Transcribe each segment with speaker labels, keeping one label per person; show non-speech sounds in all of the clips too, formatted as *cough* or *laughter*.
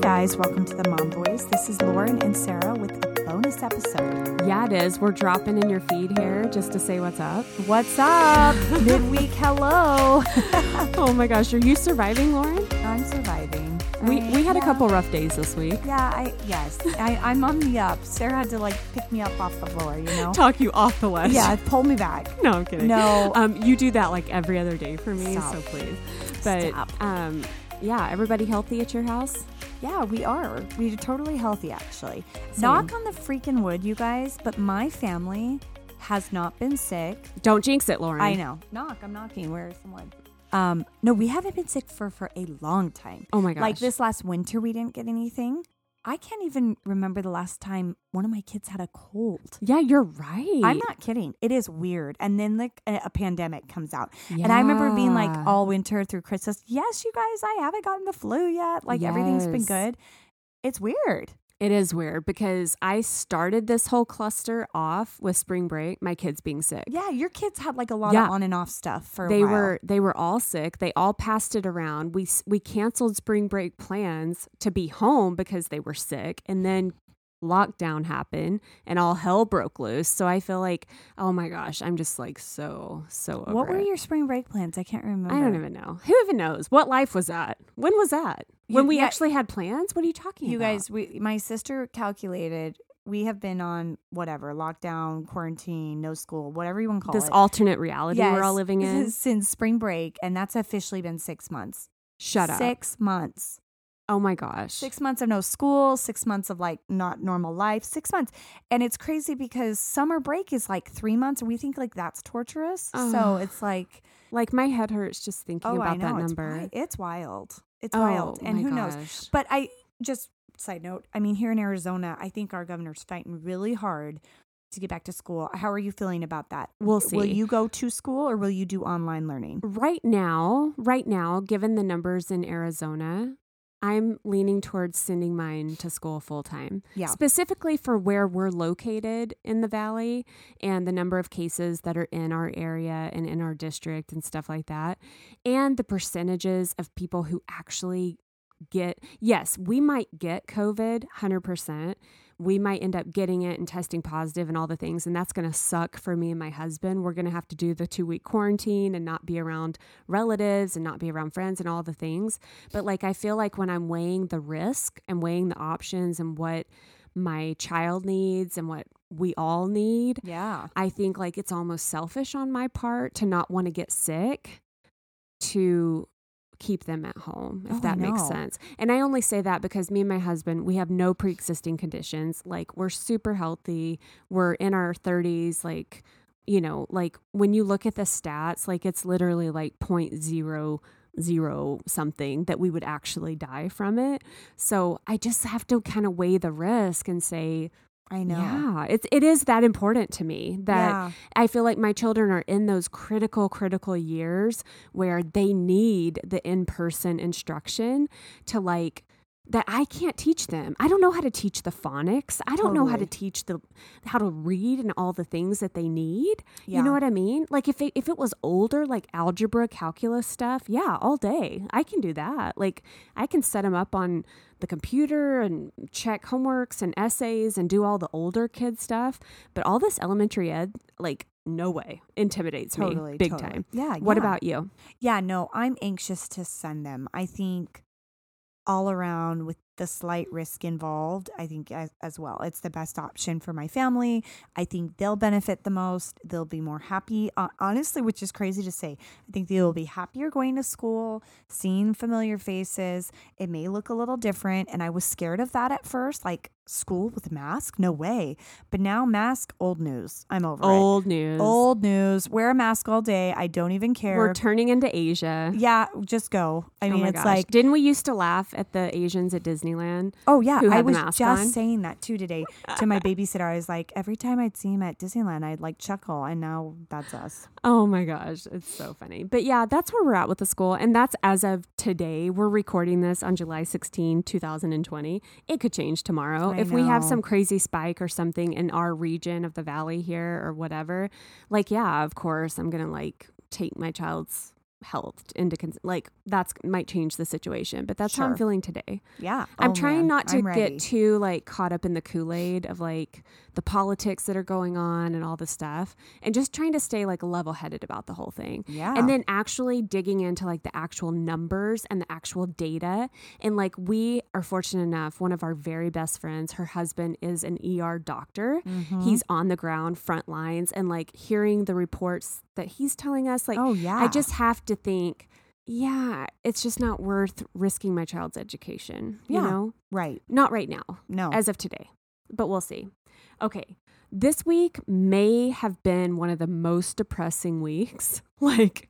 Speaker 1: guys. Welcome to the Mom Boys. This is Lauren and Sarah with a bonus
Speaker 2: *laughs*
Speaker 1: episode.
Speaker 2: Yeah, it is. We're dropping in your feed here just to say what's up.
Speaker 1: What's *laughs* up? Midweek
Speaker 2: *laughs*
Speaker 1: hello.
Speaker 2: Oh my gosh, are you surviving, Lauren?
Speaker 1: I'm surviving.
Speaker 2: We,
Speaker 1: I-
Speaker 2: we had a
Speaker 1: yeah.
Speaker 2: couple rough days this week.
Speaker 1: Yeah, I yes. I, I'm on the up. Sarah had to like pick me up off the floor, you know?
Speaker 2: Talk you off the list.
Speaker 1: Yeah, pull me back.
Speaker 2: *laughs* No, I'm kidding.
Speaker 1: No.
Speaker 2: Um, you do that like every other day for me,
Speaker 1: Stop.
Speaker 2: so please. But
Speaker 1: Stop.
Speaker 2: um, yeah, everybody healthy at your house?
Speaker 1: Yeah, we are. We're totally healthy, actually. Knock on the freaking wood, you guys, but my family has not been sick.
Speaker 2: Don't jinx it, Lauren.
Speaker 1: I know. Knock, I'm knocking. Where is someone? Um, no, we haven't been sick for for a long time.
Speaker 2: Oh my gosh.
Speaker 1: Like this last winter, we didn't get anything. I can't even remember the last time one of my kids had a cold.
Speaker 2: Yeah, you're right.
Speaker 1: I'm not kidding. It is weird. And then like a, a pandemic comes out. And I remember being like
Speaker 2: Yeah.
Speaker 1: all winter through Christmas, yes, you guys, I haven't gotten the flu yet. Like everything's been
Speaker 2: Yes.
Speaker 1: good. It's weird.
Speaker 2: It is weird because I started this whole cluster off with spring break, my kids being sick.
Speaker 1: Yeah, your kids had like a lot
Speaker 2: Yeah.
Speaker 1: of on and off stuff for a
Speaker 2: they
Speaker 1: while.
Speaker 2: were they were all sick. They all passed it around. We s- we canceled spring break plans to be home because they were sick, and then lockdown happened, and all hell broke loose. So I feel like, oh my gosh, I'm just like so so. Over
Speaker 1: What were
Speaker 2: it.
Speaker 1: your spring break plans? I can't remember.
Speaker 2: I don't even know. Who even knows? What life was that? When was that?
Speaker 1: You-
Speaker 2: When we
Speaker 1: yeah.
Speaker 2: actually had plans? What are you talking
Speaker 1: You
Speaker 2: about?
Speaker 1: guys, we my sister calculated we have been on whatever lockdown, quarantine, no school, whatever you want to call
Speaker 2: this
Speaker 1: it.
Speaker 2: alternate reality we're all
Speaker 1: Yes, *laughs*
Speaker 2: living in.
Speaker 1: since spring break, and that's officially been six months.
Speaker 2: Shut up.
Speaker 1: Six months.
Speaker 2: Oh my gosh.
Speaker 1: Six months of no school, six months of like not normal life, six months. And it's crazy because summer break is like three months, and we think like that's torturous. So
Speaker 2: Ugh.
Speaker 1: it's like,
Speaker 2: Like my head hurts just thinking
Speaker 1: oh,
Speaker 2: about
Speaker 1: I know.
Speaker 2: that
Speaker 1: it's
Speaker 2: number.
Speaker 1: wi- It's wild. It's
Speaker 2: Oh,
Speaker 1: wild. And
Speaker 2: my
Speaker 1: who knows?
Speaker 2: gosh.
Speaker 1: But I just side note. I mean, here in Arizona, I think our governor's fighting really hard to get back to school. How are you feeling about that?
Speaker 2: We'll
Speaker 1: Will
Speaker 2: see.
Speaker 1: you go to school or will you do online learning?
Speaker 2: Right now, right now, given the numbers in Arizona, I'm leaning towards sending mine to school full time.
Speaker 1: Yeah.
Speaker 2: Specifically for where we're located in the valley and the number of cases that are in our area and in our district and stuff like that, and the percentages of people who actually get yes, we might get COVID 100%. We might end up getting it and testing positive and all the things. And that's going to suck for me and my husband. We're going to have to do the two week quarantine and not be around relatives and not be around friends and all the things. But like, I feel like when I'm weighing the risk and weighing the options and what my child needs and what we all need,
Speaker 1: Yeah.
Speaker 2: I think like it's almost selfish on my part to not want to get sick to keep them at home, if
Speaker 1: Oh, I
Speaker 2: that makes
Speaker 1: know.
Speaker 2: sense. And I only say that because me and my husband, we have no pre existing conditions. Like we're super healthy, we're in our 30s, like, you know, like when you look at the stats, like it's literally like point zero zero something that we would actually die from it. So I just have to kind of weigh the risk and say,
Speaker 1: I know.
Speaker 2: yeah, it's it is that important to me that
Speaker 1: Yeah.
Speaker 2: I feel like my children are in those critical critical years where they need the in-person instruction to like that I can't teach them. I don't know how to teach the phonics. I don't know how to
Speaker 1: Totally.
Speaker 2: teach the how to read and all the things that they need. You
Speaker 1: Yeah.
Speaker 2: know what I mean? Like if it, if it was older like algebra, calculus stuff, yeah, all day. I can do that. Like I can set them up on the computer and check homeworks and essays and do all the older kid stuff, but all this elementary ed like no way intimidates
Speaker 1: Totally,
Speaker 2: me big
Speaker 1: totally.
Speaker 2: time.
Speaker 1: Yeah,
Speaker 2: What
Speaker 1: yeah.
Speaker 2: about you?
Speaker 1: Yeah, no, I'm anxious to send them. I think all around with the slight risk involved, I think as, as well, it's the best option for my family. I think they'll benefit the most. They'll be more happy, uh, honestly, which is crazy to say. I think they will be happier going to school, seeing familiar faces. It may look a little different. And I was scared of that at first, like school with mask, no way. But now, mask, old news. I'm over
Speaker 2: Old
Speaker 1: it.
Speaker 2: news.
Speaker 1: Old news. Wear a mask all day. I don't even care.
Speaker 2: We're turning into Asia.
Speaker 1: Yeah, just go. I
Speaker 2: oh
Speaker 1: mean,
Speaker 2: my
Speaker 1: it's
Speaker 2: gosh.
Speaker 1: like,
Speaker 2: didn't we used to laugh at the Asians at Disneyland?
Speaker 1: oh yeah,
Speaker 2: who had
Speaker 1: I
Speaker 2: the
Speaker 1: was
Speaker 2: mask
Speaker 1: just
Speaker 2: on?
Speaker 1: saying that too today to my babysitter. I was like, every time I'd see him at Disneyland, I'd like chuckle, and now that's us.
Speaker 2: Oh my gosh, it's so funny. But yeah, that's where we're at with the school. And that's as of today. We're recording this on July 16, 2020. It could change tomorrow.
Speaker 1: I
Speaker 2: if we have
Speaker 1: know.
Speaker 2: some crazy spike or something in our region of the valley here or whatever, like, yeah, of course, I'm going to like take my child's health into cons- like that's might change the situation but that's how i'm
Speaker 1: Sure.
Speaker 2: feeling today
Speaker 1: Yeah.
Speaker 2: i'm
Speaker 1: Oh,
Speaker 2: trying
Speaker 1: man.
Speaker 2: not to
Speaker 1: I'm ready.
Speaker 2: get too like caught up in the kool-aid of like the politics that are going on and all the stuff and just trying to stay like level-headed about the whole thing
Speaker 1: Yeah.
Speaker 2: and then actually digging into like the actual numbers and the actual data and like we are fortunate enough one of our very best friends her husband is an er doctor
Speaker 1: Mm-hmm.
Speaker 2: he's on the ground front lines and like hearing the reports that he's telling us like
Speaker 1: oh yeah.
Speaker 2: i just have to think yeah it's just not worth risking my child's education you
Speaker 1: Yeah.
Speaker 2: know
Speaker 1: right.
Speaker 2: not right now
Speaker 1: No.
Speaker 2: as of today, but we'll see. Okay. This week may have been one of the most depressing weeks, *laughs* like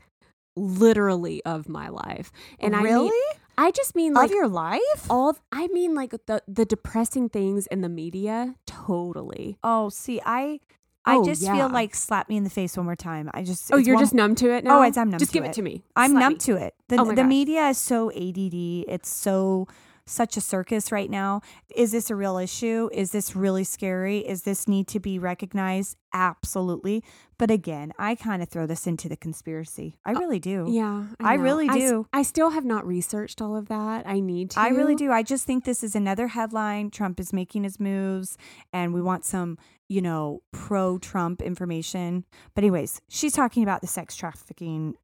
Speaker 2: literally of my life. And I
Speaker 1: really
Speaker 2: mean, I just mean like
Speaker 1: of your life?
Speaker 2: all I mean like the the depressing things in the media totally.
Speaker 1: Oh, see, I I
Speaker 2: Oh,
Speaker 1: just
Speaker 2: yeah.
Speaker 1: feel like slap me in the face one more time. I just
Speaker 2: Oh,
Speaker 1: it's
Speaker 2: you're
Speaker 1: one-
Speaker 2: just numb to it now?
Speaker 1: it's- I'm numb
Speaker 2: Just
Speaker 1: to
Speaker 2: give it.
Speaker 1: it.
Speaker 2: to me.
Speaker 1: I'm
Speaker 2: Slap
Speaker 1: numb
Speaker 2: me.
Speaker 1: to it. The
Speaker 2: Oh my
Speaker 1: the
Speaker 2: gosh.
Speaker 1: media is so ADD. It's so such a circus right now. Is this a real issue? Is this really scary? Is this need to be recognized? Absolutely. But again, I kind of throw this into the conspiracy.
Speaker 2: Uh,
Speaker 1: I really do.
Speaker 2: Yeah.
Speaker 1: I
Speaker 2: know.
Speaker 1: really
Speaker 2: s-
Speaker 1: do.
Speaker 2: I still have not researched all of that. I need to.
Speaker 1: I really do. I just think this is another headline. Trump is making his moves, and we want some, you know, pro Trump information. But, anyways, she's talking about the sex trafficking,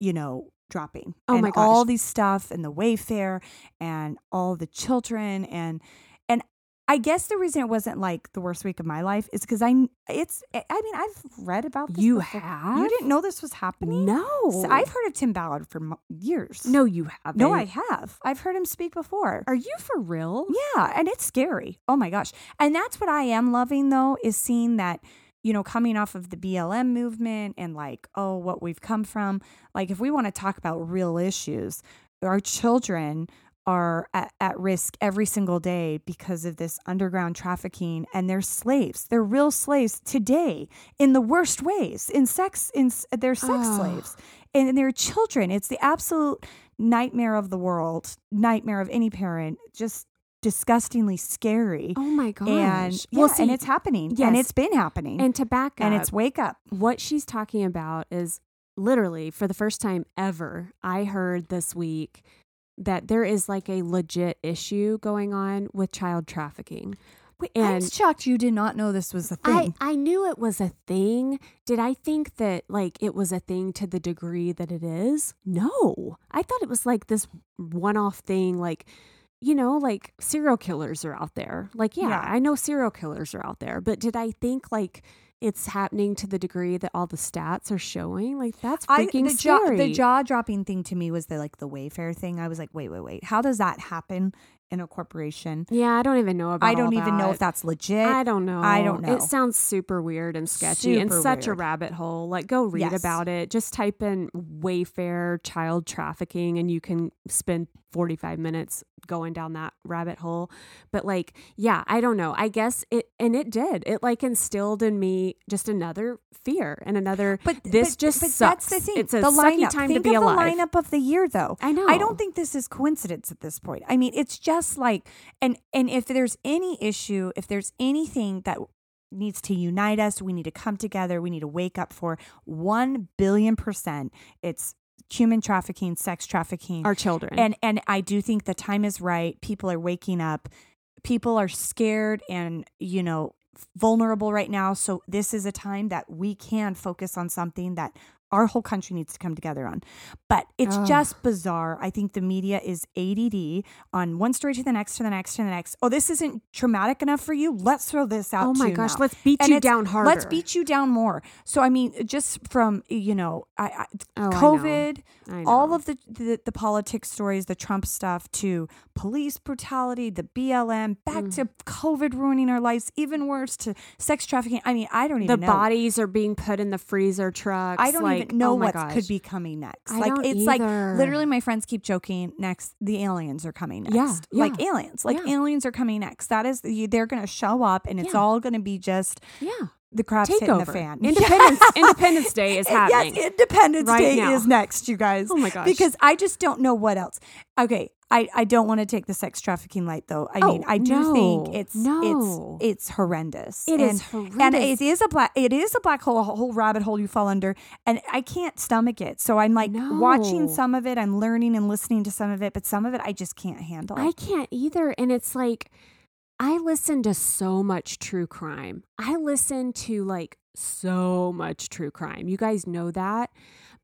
Speaker 1: you know, dropping.
Speaker 2: Oh
Speaker 1: and
Speaker 2: my gosh.
Speaker 1: All these stuff and the Wayfair and all the children. And, and I guess the reason it wasn't like the worst week of my life is because I, it's, eh, I mean, I've read about this.
Speaker 2: You
Speaker 1: before.
Speaker 2: have?
Speaker 1: You didn't know this was happening?
Speaker 2: No.
Speaker 1: So I've heard of Tim Ballard for mo- years.
Speaker 2: No, you haven't.
Speaker 1: No, I have. I've heard him speak before.
Speaker 2: Are you for real?
Speaker 1: Yeah, and it's scary. Oh my gosh. And that's what I am loving though is seeing that you know coming off of the BLM movement and like oh what we've come from, like if we want to talk about real issues, our children are at, at risk every single day because of this underground trafficking and they're slaves they're real slaves today in the worst ways in sex in s- they're sex
Speaker 2: Ugh.
Speaker 1: slaves and they're children it's the absolute nightmare of the world nightmare of any parent just disgustingly scary.
Speaker 2: Oh my gosh.
Speaker 1: and yeah,
Speaker 2: well, see,
Speaker 1: and it's happening.
Speaker 2: yes.
Speaker 1: And it's been happening.
Speaker 2: and to back
Speaker 1: And
Speaker 2: up,
Speaker 1: it's wake up.
Speaker 2: what she's talking about is literally for the first time ever, I heard this week that there is like a legit issue going on with child trafficking.
Speaker 1: I'm shocked you did not know this was a
Speaker 2: I,
Speaker 1: thing.
Speaker 2: I knew it was a thing. Did I think that like it was a thing to the degree that it is? No. I thought it was like this one off thing like you know, like serial killers are out there. Like yeah,
Speaker 1: Yeah.
Speaker 2: I know serial killers are out there, but did I think like it's happening to the degree that all the stats are showing? Like that's freaking
Speaker 1: the, jaw,
Speaker 2: scary.
Speaker 1: the jaw dropping thing to me was the like the Wayfair thing. I was like, wait, wait, wait. How does that happen in a corporation?
Speaker 2: yeah, I don't even know about
Speaker 1: I don't
Speaker 2: all
Speaker 1: even know
Speaker 2: that.
Speaker 1: if that's legit.
Speaker 2: I don't know.
Speaker 1: I don't know.
Speaker 2: It sounds super weird and sketchy and
Speaker 1: Super
Speaker 2: such a
Speaker 1: weird.
Speaker 2: rabbit hole. Like, go read
Speaker 1: Yes.
Speaker 2: about it. Just type in Wayfair child trafficking and you can spend 45 minutes going down that rabbit hole. But, like, yeah, I don't know. I guess it, and it did. It like instilled in me just another fear and another,
Speaker 1: But
Speaker 2: this
Speaker 1: but-
Speaker 2: just
Speaker 1: but
Speaker 2: sucks.
Speaker 1: That's the thing.
Speaker 2: It's a
Speaker 1: the
Speaker 2: sucky
Speaker 1: lineup.
Speaker 2: time to
Speaker 1: think
Speaker 2: be
Speaker 1: of
Speaker 2: alive.
Speaker 1: the lineup of the year, though.
Speaker 2: I know.
Speaker 1: I don't think this is coincidence at this point. I mean, it's just like and and if there's any issue, if there's anything that needs to unite us, we need to come together. We need to wake up for one billion percent. It's human trafficking, sex trafficking,
Speaker 2: our children.
Speaker 1: and and I do think the time is right. People are waking up. People are scared and you know vulnerable right now. So this is a time that we can focus on something that our whole country needs to come together on. But it's
Speaker 2: Ugh.
Speaker 1: just bizarre. I think the media is ADD on one story to the next to the next to the next. Oh, this isn't traumatic enough for you. Let's throw this out.
Speaker 2: oh my
Speaker 1: too
Speaker 2: gosh,
Speaker 1: now.
Speaker 2: let's beat
Speaker 1: And
Speaker 2: you
Speaker 1: it's-
Speaker 2: down harder.
Speaker 1: Let's beat you down more. So I mean, just from you know, I, I,
Speaker 2: Oh, I know.
Speaker 1: COVID,
Speaker 2: I
Speaker 1: all
Speaker 2: know.
Speaker 1: of the, the the politics stories, the Trump stuff, to police brutality, the BLM, back
Speaker 2: Mm.
Speaker 1: to COVID ruining our lives, even worse to sex trafficking. I mean, I don't
Speaker 2: the
Speaker 1: even know.
Speaker 2: bodies are being put in the freezer trucks.
Speaker 1: I don't
Speaker 2: like,
Speaker 1: even know
Speaker 2: oh my
Speaker 1: what
Speaker 2: gosh.
Speaker 1: could be coming next.
Speaker 2: I
Speaker 1: like
Speaker 2: don't
Speaker 1: it's
Speaker 2: either.
Speaker 1: like literally my friends keep joking next the aliens are coming next.
Speaker 2: Yeah,
Speaker 1: Like
Speaker 2: yeah,
Speaker 1: aliens. Like
Speaker 2: yeah.
Speaker 1: aliens are coming next. That is you, they're going to show up and it's
Speaker 2: Yeah.
Speaker 1: all going to be just
Speaker 2: Yeah.
Speaker 1: the crap's hitting the
Speaker 2: Takeover. *laughs*
Speaker 1: fan.
Speaker 2: Independence Independence Day is happening.
Speaker 1: Yes, Independence
Speaker 2: right
Speaker 1: Day
Speaker 2: now.
Speaker 1: is next, you guys.
Speaker 2: Oh my gosh.
Speaker 1: Because I just don't know what else. Okay, I, I don't want to take the sex trafficking light though. I mean,
Speaker 2: Oh,
Speaker 1: I do
Speaker 2: no,
Speaker 1: think it's
Speaker 2: no.
Speaker 1: it's it's horrendous. and,
Speaker 2: It is
Speaker 1: and
Speaker 2: horrendous.
Speaker 1: it is a black it is a black hole, a whole rabbit hole you fall under, and I can't stomach it. So I'm like watching
Speaker 2: No.
Speaker 1: some of it, I'm learning and listening to some of it, but some of it I just can't handle.
Speaker 2: I can't either. And it's like, I listen to so much true crime. I listen to like so much true crime. You guys know that.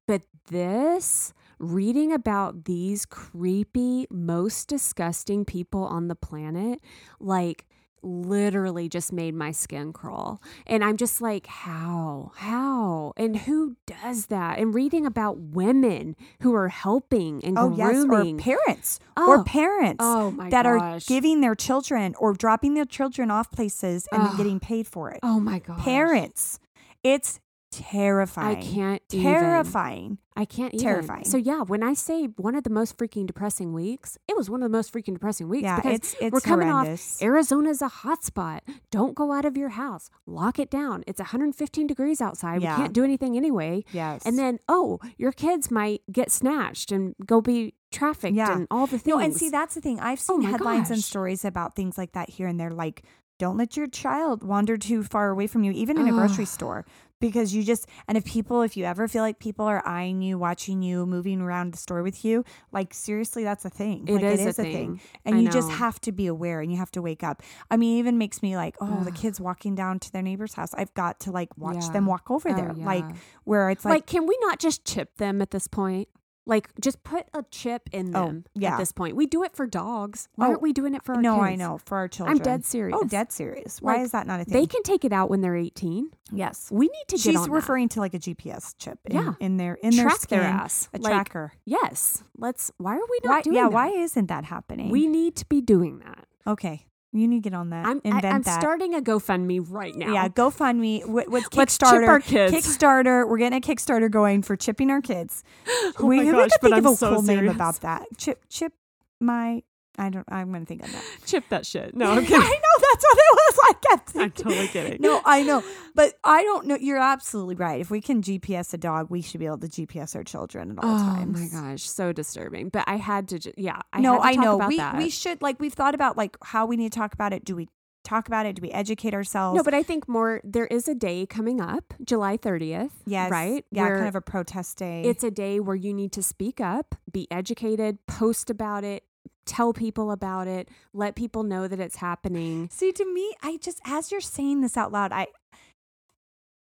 Speaker 2: But this, reading about these creepy, most disgusting people on the planet, like, literally just made my skin crawl and i'm just like how how and who does that and reading about women who are helping and
Speaker 1: oh yes, or
Speaker 2: grooming
Speaker 1: parents
Speaker 2: Oh.
Speaker 1: or parents
Speaker 2: Oh, my
Speaker 1: that are
Speaker 2: gosh.
Speaker 1: giving their children or dropping their children off places and
Speaker 2: Ugh.
Speaker 1: then getting paid for it.
Speaker 2: oh my god
Speaker 1: Parents, it's
Speaker 2: I
Speaker 1: terrifying.
Speaker 2: can't even.
Speaker 1: terrifying.
Speaker 2: I can't even.
Speaker 1: Terrifying.
Speaker 2: So yeah, when I say one of the most freaking depressing weeks, it was one of the most freaking depressing weeks
Speaker 1: Yeah,
Speaker 2: because
Speaker 1: it's- it's
Speaker 2: we're coming
Speaker 1: horrendous.
Speaker 2: off Arizona's a hot spot. Don't go out of your house. Lock it down. It's 115 degrees outside.
Speaker 1: Yeah.
Speaker 2: We can't do anything anyway.
Speaker 1: Yes.
Speaker 2: And then oh, your kids might get snatched and go be trafficked
Speaker 1: Yeah.
Speaker 2: and all the things.
Speaker 1: No, and see that's the thing. I've seen
Speaker 2: Oh my
Speaker 1: headlines and
Speaker 2: gosh.
Speaker 1: stories about things like that here and there, like don't let your child wander too far away from you, even in a grocery
Speaker 2: Ugh.
Speaker 1: store, because you just and if people, if you ever feel like people are eyeing you, watching you, moving around the store with you, like seriously, that's a thing.
Speaker 2: It
Speaker 1: like,
Speaker 2: is a
Speaker 1: a
Speaker 2: thing.
Speaker 1: and
Speaker 2: I
Speaker 1: you just
Speaker 2: know.
Speaker 1: have to be aware and you have to wake up. I mean, it even makes me like, oh, the
Speaker 2: Ugh.
Speaker 1: kids walking down to their neighbor's house. I've got to like watch
Speaker 2: Yeah.
Speaker 1: them walk over
Speaker 2: Oh,
Speaker 1: there, like
Speaker 2: yeah.
Speaker 1: where it's
Speaker 2: like,
Speaker 1: like,
Speaker 2: can we not just chip them at this point? Like, just put a chip in
Speaker 1: Oh,
Speaker 2: them
Speaker 1: yeah.
Speaker 2: at this point. We do it for dogs. Why
Speaker 1: Oh,
Speaker 2: aren't we doing it for our
Speaker 1: no,
Speaker 2: kids?
Speaker 1: I know for our children.
Speaker 2: I'm dead serious.
Speaker 1: Oh, dead serious. Why
Speaker 2: Like,
Speaker 1: is that not a thing?
Speaker 2: They can take it out when they're 18.
Speaker 1: Yes.
Speaker 2: We need to get
Speaker 1: She's
Speaker 2: on that.
Speaker 1: referring to like a GPS chip. In,
Speaker 2: Yeah.
Speaker 1: In their in their
Speaker 2: track
Speaker 1: skin,
Speaker 2: their ass.
Speaker 1: A
Speaker 2: Like,
Speaker 1: tracker.
Speaker 2: Yes. Let's. Why are we not
Speaker 1: Why,
Speaker 2: doing
Speaker 1: yeah.
Speaker 2: that?
Speaker 1: Why isn't that happening?
Speaker 2: We need to be doing that.
Speaker 1: okay. You need to get on that.
Speaker 2: I'm. I,
Speaker 1: Invent
Speaker 2: am
Speaker 1: that.
Speaker 2: starting a GoFundMe right now.
Speaker 1: Yeah. GoFundMe. What, what's
Speaker 2: *laughs* Let's chip
Speaker 1: Kickstarter?
Speaker 2: our kids.
Speaker 1: Kickstarter. We're getting a Kickstarter going for chipping our kids.
Speaker 2: *gasps* Oh
Speaker 1: we,
Speaker 2: my
Speaker 1: we
Speaker 2: gosh,
Speaker 1: could
Speaker 2: but
Speaker 1: think of
Speaker 2: I'm
Speaker 1: a
Speaker 2: so
Speaker 1: cool name
Speaker 2: serious.
Speaker 1: about that. Chip. Chip. My. I don't. I'm gonna think of
Speaker 2: *laughs*
Speaker 1: that.
Speaker 2: *laughs*
Speaker 1: *laughs*
Speaker 2: Chip that shit. No, I'm
Speaker 1: I
Speaker 2: kidding.
Speaker 1: know that's what it was. I kept
Speaker 2: *laughs* I'm
Speaker 1: thinking.
Speaker 2: totally *laughs* kidding.
Speaker 1: No, I know, but I don't know. You're absolutely right. If we can GPS a dog, we should be able to GPS our children at all
Speaker 2: Oh
Speaker 1: times.
Speaker 2: my gosh, so disturbing. But I had to. Ju- yeah. I
Speaker 1: no,
Speaker 2: had to
Speaker 1: I
Speaker 2: talk
Speaker 1: know.
Speaker 2: About
Speaker 1: we
Speaker 2: that.
Speaker 1: we should like we've thought about like how we need to talk about it. Do we talk about it? Do we educate ourselves?
Speaker 2: No, but I think more. There is a day coming up, July thirtieth.
Speaker 1: yes,
Speaker 2: right.
Speaker 1: Yeah,
Speaker 2: where
Speaker 1: kind of a protest day.
Speaker 2: It's a day where you need to speak up, be educated, post about it, tell people about it, let people know that it's happening.
Speaker 1: see to me. I just as you're saying this out loud, I.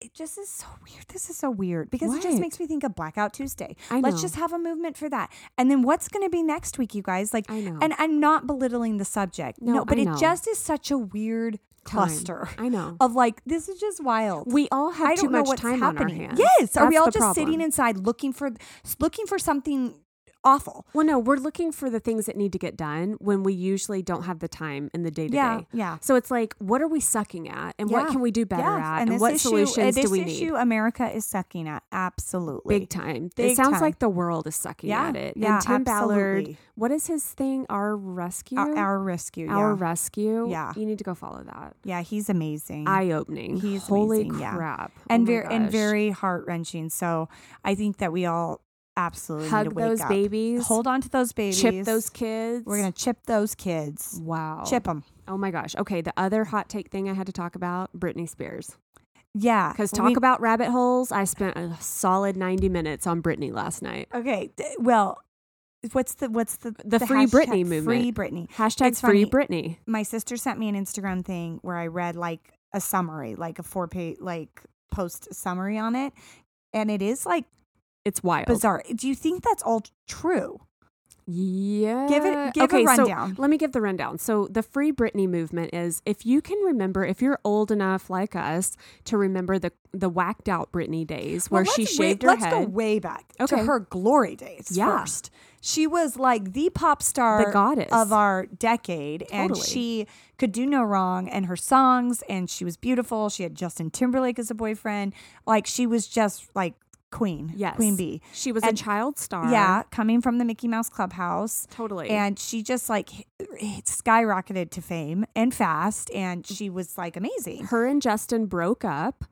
Speaker 1: It just is so weird. This is so weird because it
Speaker 2: What?
Speaker 1: just makes me think of Blackout Tuesday.
Speaker 2: I
Speaker 1: Let's
Speaker 2: know.
Speaker 1: just have a movement for that. And then what's going to be next week, you guys? Like,
Speaker 2: I know.
Speaker 1: And I'm not belittling the subject.
Speaker 2: No,
Speaker 1: No, but
Speaker 2: I
Speaker 1: it
Speaker 2: know.
Speaker 1: just is such a weird
Speaker 2: Time.
Speaker 1: cluster
Speaker 2: I know.
Speaker 1: of like this is just wild.
Speaker 2: We all have
Speaker 1: I
Speaker 2: too
Speaker 1: don't know
Speaker 2: much
Speaker 1: what's
Speaker 2: time on our
Speaker 1: happening.
Speaker 2: hands.
Speaker 1: Yes, are we all
Speaker 2: That's the
Speaker 1: just sitting
Speaker 2: problem.
Speaker 1: inside looking for looking for something awful?
Speaker 2: Well, no, we're looking for the things that need to get done when we usually don't have the time in the day to
Speaker 1: Yeah,
Speaker 2: day.
Speaker 1: yeah.
Speaker 2: So it's like, what are we sucking at, and
Speaker 1: Yeah.
Speaker 2: what can we do better
Speaker 1: Yeah,
Speaker 2: at,
Speaker 1: And, this
Speaker 2: what
Speaker 1: issue,
Speaker 2: solutions
Speaker 1: uh,
Speaker 2: do we
Speaker 1: This
Speaker 2: need?
Speaker 1: issue America is sucking at absolutely
Speaker 2: Big time. it
Speaker 1: Big
Speaker 2: sounds
Speaker 1: time.
Speaker 2: like the world is sucking
Speaker 1: Yeah,
Speaker 2: at it.
Speaker 1: yeah,
Speaker 2: and Tim Ballard,
Speaker 1: absolutely.
Speaker 2: what is his thing? Our rescue.
Speaker 1: Our, our rescue.
Speaker 2: Our
Speaker 1: yeah.
Speaker 2: rescue.
Speaker 1: Yeah.
Speaker 2: You need to go follow that.
Speaker 1: yeah, he's amazing.
Speaker 2: Eye opening.
Speaker 1: He's
Speaker 2: Holy
Speaker 1: amazing, yeah.
Speaker 2: crap. Oh
Speaker 1: and
Speaker 2: my
Speaker 1: very and
Speaker 2: gosh.
Speaker 1: very heart wrenching. So I think that we all absolutely need
Speaker 2: hug
Speaker 1: to wake
Speaker 2: those
Speaker 1: up.
Speaker 2: babies.
Speaker 1: Hold on to those babies.
Speaker 2: Chip those kids.
Speaker 1: We're gonna chip those kids.
Speaker 2: Wow.
Speaker 1: Chip them.
Speaker 2: Oh my gosh. Okay. The other hot take thing I had to talk about Britney Spears.
Speaker 1: Yeah.
Speaker 2: Because
Speaker 1: Uh, we-
Speaker 2: talk about rabbit holes. I spent a solid 90 minutes on Britney last night.
Speaker 1: Okay. d- Well, what's the what's the
Speaker 2: The Free
Speaker 1: hashtag-
Speaker 2: Britney movement.
Speaker 1: Free Britney.
Speaker 2: Hashtag
Speaker 1: It's
Speaker 2: free
Speaker 1: funny.
Speaker 2: Britney.
Speaker 1: My sister sent me an Instagram thing where I read like a summary, like a four page like post summary on it, and it is like
Speaker 2: It's wild.
Speaker 1: bizarre. Do you think that's all true?
Speaker 2: Yeah.
Speaker 1: give a
Speaker 2: okay,
Speaker 1: rundown.
Speaker 2: So let me give the rundown. So the Free Britney movement is if you can remember, if you're old enough like us to remember the the whacked out Britney days where
Speaker 1: Well,
Speaker 2: she
Speaker 1: let's wa-
Speaker 2: shaved her
Speaker 1: let's
Speaker 2: head.
Speaker 1: go way back
Speaker 2: Okay.
Speaker 1: to her glory days
Speaker 2: Yeah.
Speaker 1: first. She was like the pop star
Speaker 2: The goddess.
Speaker 1: of our decade and
Speaker 2: Totally.
Speaker 1: she could do no wrong and her songs and she was beautiful. She had Justin Timberlake as a boyfriend. Like she was just like queen.
Speaker 2: yes.
Speaker 1: Queen bee.
Speaker 2: She was a
Speaker 1: And-
Speaker 2: child star.
Speaker 1: Yeah, coming from the Mickey Mouse Clubhouse.
Speaker 2: Totally.
Speaker 1: And she just like h- h- skyrocketed to fame and fast and she was like amazing.
Speaker 2: her and Justin broke up.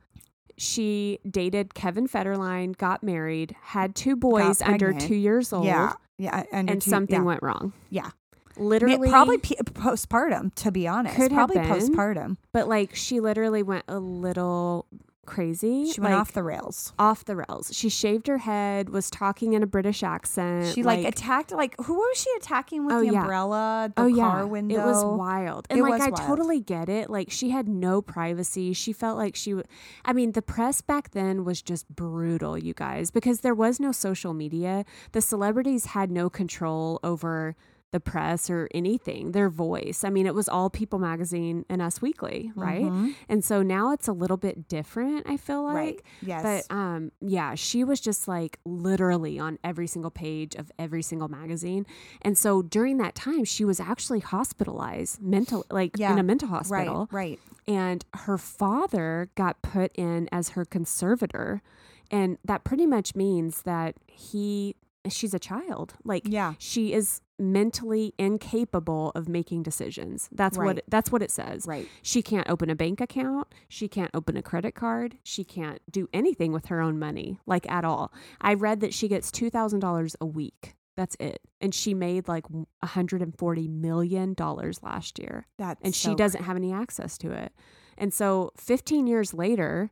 Speaker 2: She dated Kevin Federline, got married, had two boys under
Speaker 1: pregnant.
Speaker 2: two years old,
Speaker 1: Yeah. Yeah, under
Speaker 2: and
Speaker 1: two-
Speaker 2: something
Speaker 1: yeah.
Speaker 2: went wrong.
Speaker 1: Yeah. Ma-
Speaker 2: Literally,
Speaker 1: Probably p- postpartum, to be honest.
Speaker 2: Could have
Speaker 1: Probably
Speaker 2: been.
Speaker 1: postpartum.
Speaker 2: But like, she literally went a little crazy.
Speaker 1: She went
Speaker 2: like,
Speaker 1: off the rails.
Speaker 2: off the rails. She shaved her head, was talking in a British accent.
Speaker 1: She like, attacked like who was she attacking with
Speaker 2: Oh,
Speaker 1: the
Speaker 2: yeah.
Speaker 1: umbrella, the
Speaker 2: oh yeah,
Speaker 1: car window?
Speaker 2: it was wild. And
Speaker 1: It
Speaker 2: like,
Speaker 1: was
Speaker 2: I
Speaker 1: wild.
Speaker 2: totally get it. Like, she had no privacy. She felt like she. W- I mean, the press back then was just brutal, you guys, because there was no social media. The celebrities had no control over the press or anything their voice i mean it was all people magazine and us weekly right
Speaker 1: Mhm.
Speaker 2: and so now it's a little bit different i feel like
Speaker 1: Right. Yes.
Speaker 2: But um, yeah, she was just like literally on every single page of every single magazine, and so during that time, she was actually hospitalized, mental, like
Speaker 1: Yeah.
Speaker 2: in a mental
Speaker 1: right.
Speaker 2: hospital,
Speaker 1: Right.
Speaker 2: and her father got put in as her conservator, and that pretty much means that he, she's a child, like
Speaker 1: Yeah.
Speaker 2: she is mentally incapable of making decisions. That's
Speaker 1: Right.
Speaker 2: what that's what it says.
Speaker 1: Right.
Speaker 2: She can't open a bank account. She can't open a credit card. She can't do anything with her own money, like at all. I read that she gets $2,000 a week. That's it. And she made like $140 million last year.
Speaker 1: That's
Speaker 2: And she
Speaker 1: so-
Speaker 2: doesn't have any access to it. And so 15 years later,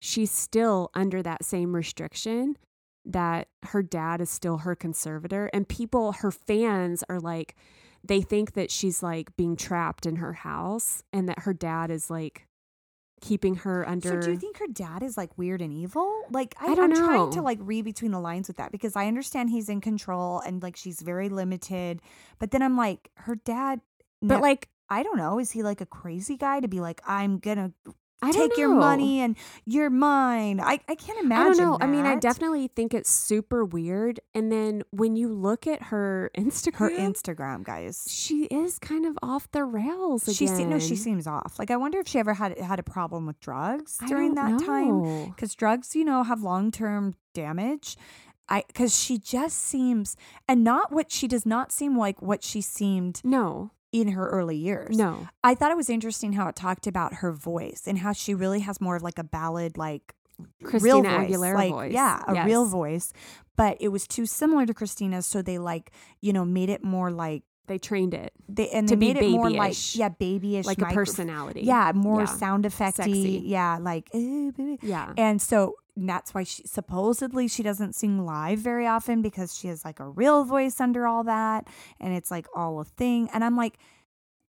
Speaker 2: she's still under that same restriction that her dad is still her conservator. And people, her fans are like, they think that she's like being trapped in her house and that her dad is like keeping her under.
Speaker 1: So do you think her dad is like weird and evil? Like I,
Speaker 2: I don't
Speaker 1: am trying
Speaker 2: know.
Speaker 1: to like read between the lines with that because I understand he's in control and like she's very limited, but then I'm like her dad.
Speaker 2: but
Speaker 1: ne-
Speaker 2: like,
Speaker 1: I don't know. Is he like a crazy guy to be like I'm gonna
Speaker 2: I don't
Speaker 1: take your
Speaker 2: know.
Speaker 1: money and you're mine? I I can't
Speaker 2: I
Speaker 1: imagine.
Speaker 2: don't know. I mean, I
Speaker 1: that.
Speaker 2: definitely think it's super weird. And then when you look at her Instagram,
Speaker 1: her Instagram guys.
Speaker 2: she is kind of off the rails again.
Speaker 1: She se- no, she seems off. Like I wonder if she ever had had a problem with drugs
Speaker 2: I
Speaker 1: during
Speaker 2: don't
Speaker 1: that time.
Speaker 2: know.
Speaker 1: because drugs, you know, have long term damage. I because she just seems and not what she does not seem like what she seemed
Speaker 2: No,
Speaker 1: in her early years.
Speaker 2: no,
Speaker 1: I thought it was interesting how it talked about her voice and how she really has more of like a ballad, like
Speaker 2: Christina
Speaker 1: real voice,
Speaker 2: Aguilera
Speaker 1: like
Speaker 2: voice.
Speaker 1: yeah, a real
Speaker 2: Yes.
Speaker 1: voice. But it was too similar to Christina's, so they like you know made it more like
Speaker 2: they trained it
Speaker 1: they and
Speaker 2: To
Speaker 1: they
Speaker 2: be
Speaker 1: made it more like
Speaker 2: babyish.
Speaker 1: yeah babyish
Speaker 2: like a
Speaker 1: micro-
Speaker 2: personality.
Speaker 1: yeah more
Speaker 2: Yeah.
Speaker 1: sound effecty
Speaker 2: Sexy.
Speaker 1: yeah like "Ooh, baby."
Speaker 2: yeah.
Speaker 1: And so that's why she supposedly she doesn't sing live very often because she has like a real voice under all that and it's like all a thing. And I'm like,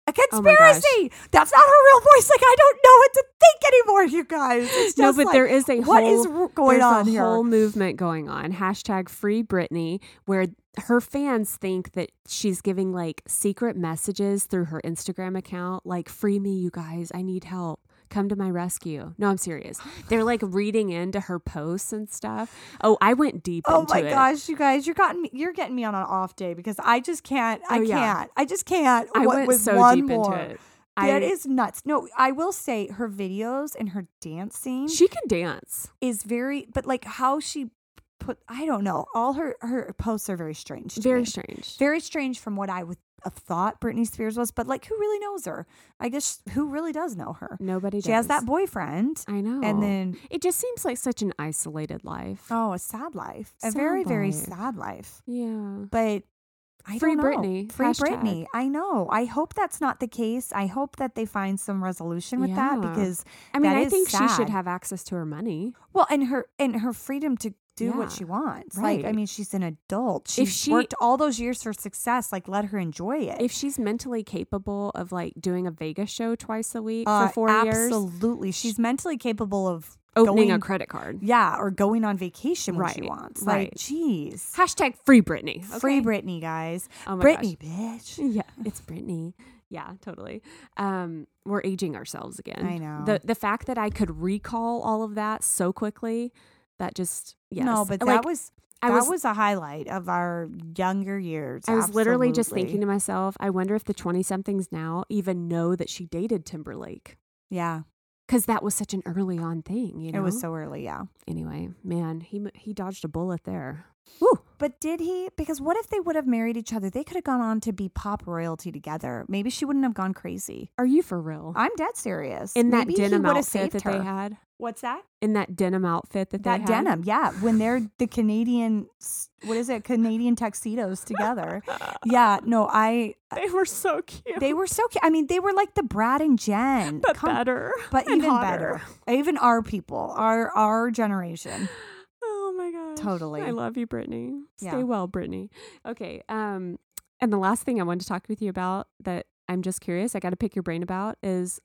Speaker 1: a
Speaker 2: Oh my gosh.
Speaker 1: conspiracy. that's not her real voice. Like I don't know what to think anymore, you guys. It's just
Speaker 2: No, but
Speaker 1: like,
Speaker 2: there is a
Speaker 1: what
Speaker 2: whole
Speaker 1: is r- going
Speaker 2: there's
Speaker 1: on
Speaker 2: a
Speaker 1: here?
Speaker 2: whole movement going on. Hashtag free Britney, where her fans think that she's giving like secret messages through her Instagram account, like free me, you guys, I need help. Come to my rescue. No, I'm serious. They're like reading into her posts and stuff. Oh, I went deep
Speaker 1: Oh
Speaker 2: into
Speaker 1: my
Speaker 2: it.
Speaker 1: gosh, you guys, you're gotten me, you're getting me on an off day because I just can't. I
Speaker 2: Oh, yeah.
Speaker 1: can't. I just can't.
Speaker 2: I
Speaker 1: What-
Speaker 2: went
Speaker 1: with
Speaker 2: so
Speaker 1: one
Speaker 2: deep
Speaker 1: more.
Speaker 2: into it.
Speaker 1: That
Speaker 2: I,
Speaker 1: is nuts. No, I will say her videos and her dancing.
Speaker 2: she can dance.
Speaker 1: is very but like how she put I don't know. All her her posts are very strange. to
Speaker 2: Very
Speaker 1: me.
Speaker 2: strange.
Speaker 1: Very strange from what I would have thought Britney Spears was, but like who really knows her? I guess who really does know her?
Speaker 2: Nobody does. Oh.
Speaker 1: She has that boyfriend
Speaker 2: I know.
Speaker 1: and then
Speaker 2: it just seems like such an isolated life.
Speaker 1: oh, a sad life. a
Speaker 2: Sad
Speaker 1: very very
Speaker 2: life.
Speaker 1: sad life.
Speaker 2: Yeah.
Speaker 1: But I
Speaker 2: Free
Speaker 1: don't know.
Speaker 2: Britney.
Speaker 1: Free
Speaker 2: Hashtag.
Speaker 1: Britney. I know. I hope that's not the case. I hope that they find some resolution with that
Speaker 2: Yeah.
Speaker 1: because
Speaker 2: I mean,
Speaker 1: That
Speaker 2: I
Speaker 1: is
Speaker 2: think she
Speaker 1: sad.
Speaker 2: should have access to her money.
Speaker 1: Well, and her and her freedom to do
Speaker 2: Yeah.
Speaker 1: what she wants. Like, I
Speaker 2: Right.
Speaker 1: mean, she's an adult. She's
Speaker 2: she-
Speaker 1: worked all those years for success. Like, let her enjoy it.
Speaker 2: If she's mentally capable of like doing a Vegas show twice a week
Speaker 1: Uh,
Speaker 2: for four years,
Speaker 1: absolutely, she's mentally capable of
Speaker 2: opening
Speaker 1: going,
Speaker 2: a credit card.
Speaker 1: yeah, or going on vacation when she
Speaker 2: Right,
Speaker 1: wants. Like,
Speaker 2: right.
Speaker 1: jeez,
Speaker 2: Hashtag free Britney.
Speaker 1: free
Speaker 2: okay?
Speaker 1: Britney, guys.
Speaker 2: Oh my
Speaker 1: Britney, bitch.
Speaker 2: gosh. Yeah, it's Britney. Yeah, totally. Um, we're aging ourselves again.
Speaker 1: I know.
Speaker 2: The the fact that I could recall all of that so quickly, that just yes.
Speaker 1: No, but
Speaker 2: Like,
Speaker 1: that was
Speaker 2: I
Speaker 1: that
Speaker 2: was
Speaker 1: was, a highlight of our younger years.
Speaker 2: I was literally just
Speaker 1: absolutely.
Speaker 2: thinking to myself, I wonder if the 20 somethings now even know that she dated Timberlake
Speaker 1: yeah,
Speaker 2: because that was such an early on thing, you know?
Speaker 1: it was so early. Yeah.
Speaker 2: Anyway, man, he, m- he dodged a bullet there.
Speaker 1: But did he? Because what if they would have married each other? They could have gone on to be pop royalty together. Maybe she wouldn't have gone crazy.
Speaker 2: Are you for real?
Speaker 1: I'm dead serious.
Speaker 2: In that
Speaker 1: Maybe he
Speaker 2: denim
Speaker 1: would have
Speaker 2: outfit
Speaker 1: saved
Speaker 2: that
Speaker 1: her.
Speaker 2: they had?
Speaker 1: What's that?
Speaker 2: in that denim outfit that,
Speaker 1: That
Speaker 2: they had.
Speaker 1: denim, yeah. When they're the Canadian, s- what is it? Canadian tuxedos
Speaker 2: *laughs*
Speaker 1: together. Yeah, no, I.
Speaker 2: They were so cute.
Speaker 1: They were so cute. I mean, they were like the Brad and Jen,
Speaker 2: but
Speaker 1: Come-
Speaker 2: better.
Speaker 1: but
Speaker 2: and
Speaker 1: even
Speaker 2: hotter.
Speaker 1: better. Even our people, our our generation.
Speaker 2: Oh my gosh.
Speaker 1: Totally.
Speaker 2: I love you, Brittany. Stay
Speaker 1: Yeah.
Speaker 2: well, Brittany. Okay. Um, and the last thing I wanted to talk with you about that I'm just curious, I got to pick your brain about is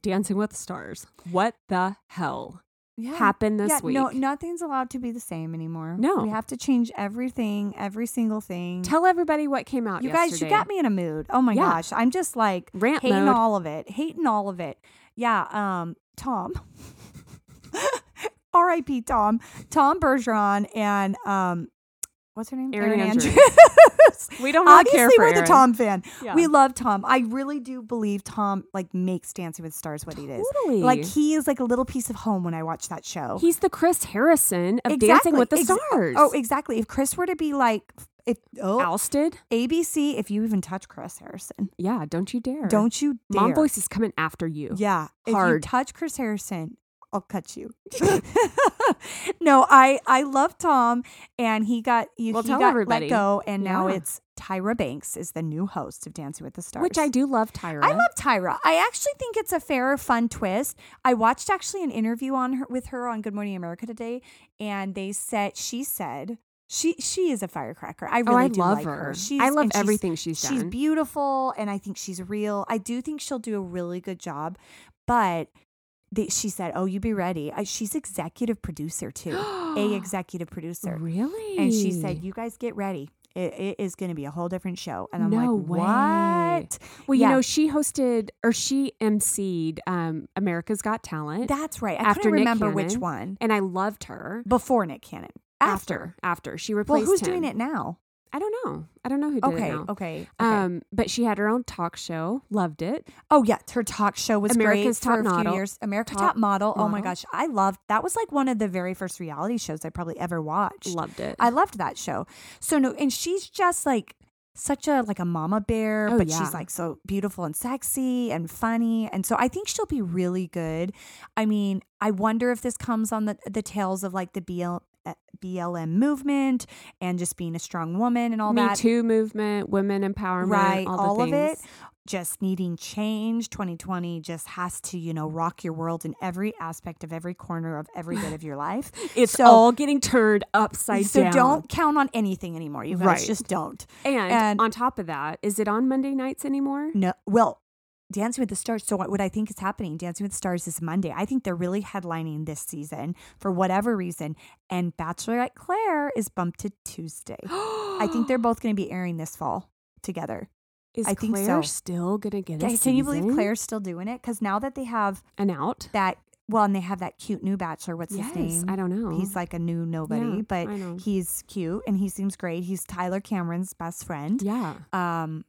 Speaker 2: Dancing with the Stars. What the hell
Speaker 1: Yeah.
Speaker 2: happened this
Speaker 1: yeah,
Speaker 2: week?
Speaker 1: no, nothing's allowed to be the same anymore.
Speaker 2: No.
Speaker 1: we have to change everything, every single thing.
Speaker 2: Tell everybody what came out.
Speaker 1: you guys, you got me in a mood. Oh my
Speaker 2: Yeah.
Speaker 1: gosh, I'm just like
Speaker 2: Rant
Speaker 1: hating
Speaker 2: mode.
Speaker 1: all of it, hating all of it. Yeah, um, Tom, *laughs* R.I.P. Tom, Tom Bergeron, and um, what's her name?
Speaker 2: Erin Andrews. *laughs* We don't really care
Speaker 1: Obviously,
Speaker 2: for
Speaker 1: we're the
Speaker 2: Erin.
Speaker 1: Tom fan.
Speaker 2: Yeah.
Speaker 1: We love Tom. I really do believe Tom like makes Dancing with Stars what it is.
Speaker 2: Totally.
Speaker 1: Like he is like a little piece of home when I watch that show.
Speaker 2: He's the Chris Harrison of Dancing with the
Speaker 1: Ex-
Speaker 2: Stars.
Speaker 1: Oh, exactly. If Chris were to be like, if oh,
Speaker 2: ousted.
Speaker 1: ABC, if you even touch Chris Harrison,
Speaker 2: Yeah, don't you dare.
Speaker 1: don't you dare.
Speaker 2: Mom voice is coming after you.
Speaker 1: Yeah.
Speaker 2: Hard.
Speaker 1: If you touch Chris Harrison, I'll cut *laughs* you. no, I I love Tom, and he got you.
Speaker 2: Well,
Speaker 1: he
Speaker 2: tell
Speaker 1: got
Speaker 2: everybody.
Speaker 1: let go, and now
Speaker 2: Yeah.
Speaker 1: it's Tyra Banks is the new host of Dancing with the Stars,
Speaker 2: Which I do love, Tyra.
Speaker 1: I love Tyra. I actually think it's a fair, fun twist. I watched actually an interview on her with her on Good Morning America today, and they said she said she she is a firecracker. I really
Speaker 2: oh, I
Speaker 1: do
Speaker 2: love
Speaker 1: like
Speaker 2: her.
Speaker 1: She's,
Speaker 2: I love
Speaker 1: and she's-
Speaker 2: everything she's,
Speaker 1: She's
Speaker 2: done.
Speaker 1: beautiful, and I think she's real. I do think she'll do a really good job, but. They, she said, "Oh, you be ready." I, she's executive producer too, *gasps*
Speaker 2: *gasps*
Speaker 1: a executive producer,
Speaker 2: really?
Speaker 1: and she said, "You guys get ready. It, it is going to be a whole different show." And I'm
Speaker 2: No
Speaker 1: like,
Speaker 2: way.
Speaker 1: "What?"
Speaker 2: "Well,
Speaker 1: yeah.
Speaker 2: you know, she hosted or she emceed um, America's Got Talent,
Speaker 1: That's right. I
Speaker 2: After
Speaker 1: couldn't
Speaker 2: Nick
Speaker 1: remember which
Speaker 2: Cannon.
Speaker 1: one.
Speaker 2: and I loved her."
Speaker 1: Before Nick Cannon. After.
Speaker 2: after, after. she
Speaker 1: Well,
Speaker 2: replaced
Speaker 1: who's
Speaker 2: him.
Speaker 1: doing it now?
Speaker 2: I don't know. I don't know who did
Speaker 1: Okay,
Speaker 2: it. now.
Speaker 1: okay. okay.
Speaker 2: Um, but she had her own talk show. Loved it.
Speaker 1: oh yeah, her talk show was
Speaker 2: America's
Speaker 1: great for
Speaker 2: Top
Speaker 1: a few
Speaker 2: Model-
Speaker 1: years. America's
Speaker 2: Top
Speaker 1: Top, Model. Oh my
Speaker 2: Model.
Speaker 1: gosh, I loved. That was like one of the very first reality shows I probably ever watched.
Speaker 2: Loved it.
Speaker 1: I loved that show. So no, and she's just like such a like a mama bear,
Speaker 2: Oh,
Speaker 1: but
Speaker 2: yeah.
Speaker 1: she's like so beautiful and sexy and funny, and so I think she'll be really good. I mean, I wonder if this comes on the the tails of like the BL, uh, BLM movement and just being a strong woman and all
Speaker 2: Me
Speaker 1: that,
Speaker 2: Too movement, women empowerment,
Speaker 1: right?
Speaker 2: all, the
Speaker 1: All, of it.
Speaker 2: things.
Speaker 1: Just needing change. 2020 just has to, you know, rock your world in every aspect of every corner of every
Speaker 2: *sighs*
Speaker 1: bit of your life.
Speaker 2: It's
Speaker 1: So-
Speaker 2: all getting turned upside
Speaker 1: so
Speaker 2: down.
Speaker 1: don't count on anything anymore. You guys
Speaker 2: Right.
Speaker 1: just don't.
Speaker 2: And,
Speaker 1: and-
Speaker 2: on top of that, is it on Monday nights anymore? *gasps*
Speaker 1: No, well, Dancing with the Stars. So what, what I think is happening, Dancing with the Stars is Monday. I think they're really headlining this season for whatever reason, and Bachelorette Claire is bumped to
Speaker 2: *gasps*
Speaker 1: Tuesday. I think they're both going to be airing this fall together.
Speaker 2: Is
Speaker 1: I think so.
Speaker 2: Claire still gonna get?
Speaker 1: Yeah,
Speaker 2: a
Speaker 1: Can you believe
Speaker 2: season?
Speaker 1: Claire's still doing it? Because now that they have
Speaker 2: An out.
Speaker 1: that, well, and they have that cute new bachelor. What's
Speaker 2: yes,
Speaker 1: his name?
Speaker 2: I don't know.
Speaker 1: He's like a new nobody,
Speaker 2: Yeah,
Speaker 1: but
Speaker 2: I know.
Speaker 1: he's cute and he seems great. He's Tyler Cameron's best friend.
Speaker 2: yeah.
Speaker 1: um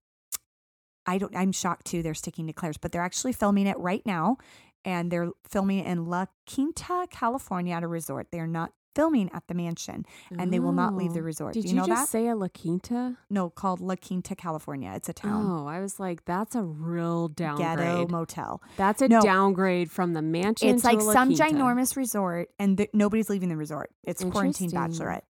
Speaker 1: i don't i'm shocked too they're sticking to claire's but they're actually filming it right now and they're filming it in la quinta california at a resort they're not filming at the mansion and they will not leave the
Speaker 2: Oh.
Speaker 1: resort
Speaker 2: Did
Speaker 1: do
Speaker 2: you,
Speaker 1: you, know
Speaker 2: just
Speaker 1: that
Speaker 2: say a La Quinta?
Speaker 1: no called la quinta california it's a town
Speaker 2: Oh, I was like, that's a real Oh, downgrade.
Speaker 1: ghetto motel
Speaker 2: That's a
Speaker 1: No.
Speaker 2: downgrade from the mansion.
Speaker 1: it's
Speaker 2: to
Speaker 1: like
Speaker 2: a La
Speaker 1: some
Speaker 2: Quinta.
Speaker 1: ginormous resort and th- nobody's leaving the resort it's quarantine
Speaker 2: Interesting.
Speaker 1: bachelorette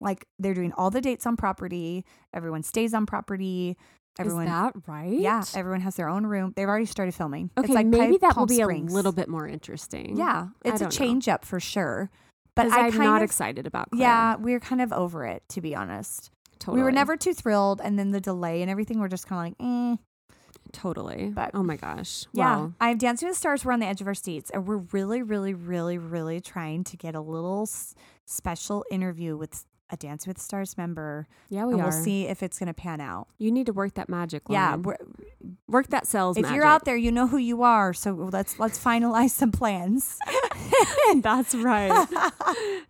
Speaker 1: like they're doing all the dates on property everyone stays on property everyone
Speaker 2: Is that right?
Speaker 1: Yeah, everyone has their own room. They've already started filming.
Speaker 2: Okay,
Speaker 1: it's like Pi-
Speaker 2: maybe that
Speaker 1: Palm
Speaker 2: will be
Speaker 1: Springs.
Speaker 2: a little bit more interesting.
Speaker 1: Yeah,
Speaker 2: I
Speaker 1: it's a
Speaker 2: don't know.
Speaker 1: change up for sure. But
Speaker 2: But
Speaker 1: I
Speaker 2: I'm
Speaker 1: kind
Speaker 2: not
Speaker 1: of,
Speaker 2: excited about. Claire.
Speaker 1: yeah, we are kind of over it to be honest.
Speaker 2: totally.
Speaker 1: We were never too thrilled, and then the delay and everything. We're just kind of like, eh.
Speaker 2: totally.
Speaker 1: but-
Speaker 2: oh my gosh.
Speaker 1: yeah.
Speaker 2: Wow.
Speaker 1: I've Dancing with the Stars. We're on the edge of our seats, and we're really, really, really, really trying to get a little s- special interview with a Dancing with the Stars member,
Speaker 2: Yeah, we
Speaker 1: and
Speaker 2: are.
Speaker 1: we'll see if it's going to pan out.
Speaker 2: You need to work that magic.
Speaker 1: Yeah,
Speaker 2: line.
Speaker 1: we're,
Speaker 2: work that sales.
Speaker 1: if
Speaker 2: magic.
Speaker 1: you're out there, you know who you are. So let's let's finalize some plans.
Speaker 2: *laughs*
Speaker 1: *laughs*
Speaker 2: That's right.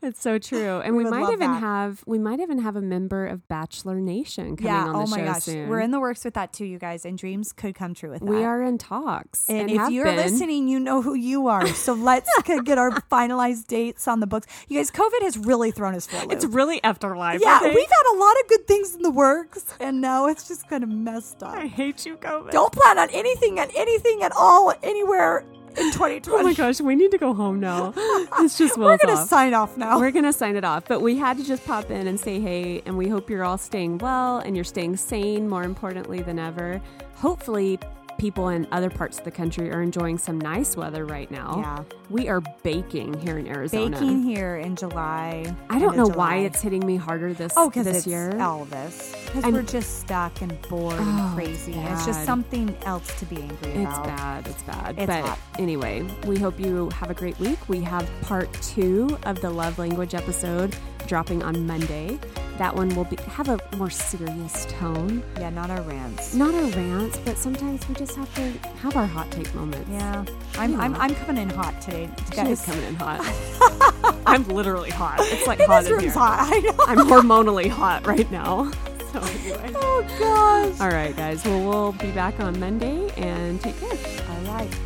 Speaker 2: it's so true. And we,
Speaker 1: We would
Speaker 2: might
Speaker 1: love
Speaker 2: even
Speaker 1: that.
Speaker 2: have we might even have a member of Bachelor Nation coming
Speaker 1: yeah.
Speaker 2: on the
Speaker 1: oh my
Speaker 2: show
Speaker 1: gosh,
Speaker 2: soon.
Speaker 1: we're in the works with that too, you guys, and dreams could come true with that.
Speaker 2: we are in talks.
Speaker 1: And,
Speaker 2: And,
Speaker 1: if
Speaker 2: have
Speaker 1: you're
Speaker 2: been.
Speaker 1: listening, you know who you are.
Speaker 2: *laughs*
Speaker 1: So let's c- get our finalized dates on the books. You guys, COVID has really thrown us for a loop.
Speaker 2: it's really after life.
Speaker 1: yeah,
Speaker 2: okay?
Speaker 1: we've had a lot of good things in the works, and now it's just kind of messed up.
Speaker 2: I hate you,
Speaker 1: *laughs*
Speaker 2: COVID.
Speaker 1: Don't plan on anything, at anything at all, anywhere in 2020.
Speaker 2: Oh my gosh, we need to go home
Speaker 1: *laughs*
Speaker 2: now. This just
Speaker 1: We're
Speaker 2: will
Speaker 1: going to
Speaker 2: off.
Speaker 1: sign off now.
Speaker 2: We're going to sign it off, but we had to just pop in and say hey, and we hope you're all staying well and you're staying sane more importantly than ever. Hopefully, people in other parts of the country are enjoying some nice weather right now.
Speaker 1: Yeah.
Speaker 2: We are baking here in Arizona.
Speaker 1: Baking here in July.
Speaker 2: I don't
Speaker 1: end of
Speaker 2: know why
Speaker 1: July.
Speaker 2: it's hitting me harder this
Speaker 1: Oh, because
Speaker 2: this
Speaker 1: it's
Speaker 2: year.
Speaker 1: Elvis. Because
Speaker 2: I'm-
Speaker 1: we're just stuck and bored
Speaker 2: Oh,
Speaker 1: and crazy. It's just
Speaker 2: bad.
Speaker 1: something else to be angry
Speaker 2: It's
Speaker 1: about.
Speaker 2: bad. It's bad.
Speaker 1: It's
Speaker 2: but
Speaker 1: hot.
Speaker 2: anyway, we hope you have a great week. We have part two of the love language episode dropping on Monday. That one will be have a more serious tone,
Speaker 1: Yeah, not our rants.
Speaker 2: not a rant, but sometimes we just have to have our hot take moments.
Speaker 1: Yeah, I'm, I'm I'm coming in hot today,
Speaker 2: she
Speaker 1: guys.
Speaker 2: is coming in hot. *laughs* I'm literally hot. It's like
Speaker 1: And
Speaker 2: hot
Speaker 1: this
Speaker 2: *laughs* in
Speaker 1: room's
Speaker 2: here.
Speaker 1: hot. *laughs* I know.
Speaker 2: I'm hormonally hot right *laughs* now. So anyway.
Speaker 1: Oh gosh.
Speaker 2: All right, guys. Well, we'll be back on Monday and take care.
Speaker 1: All right.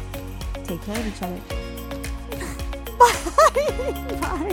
Speaker 1: Take care of each other. *laughs* Bye. Bye.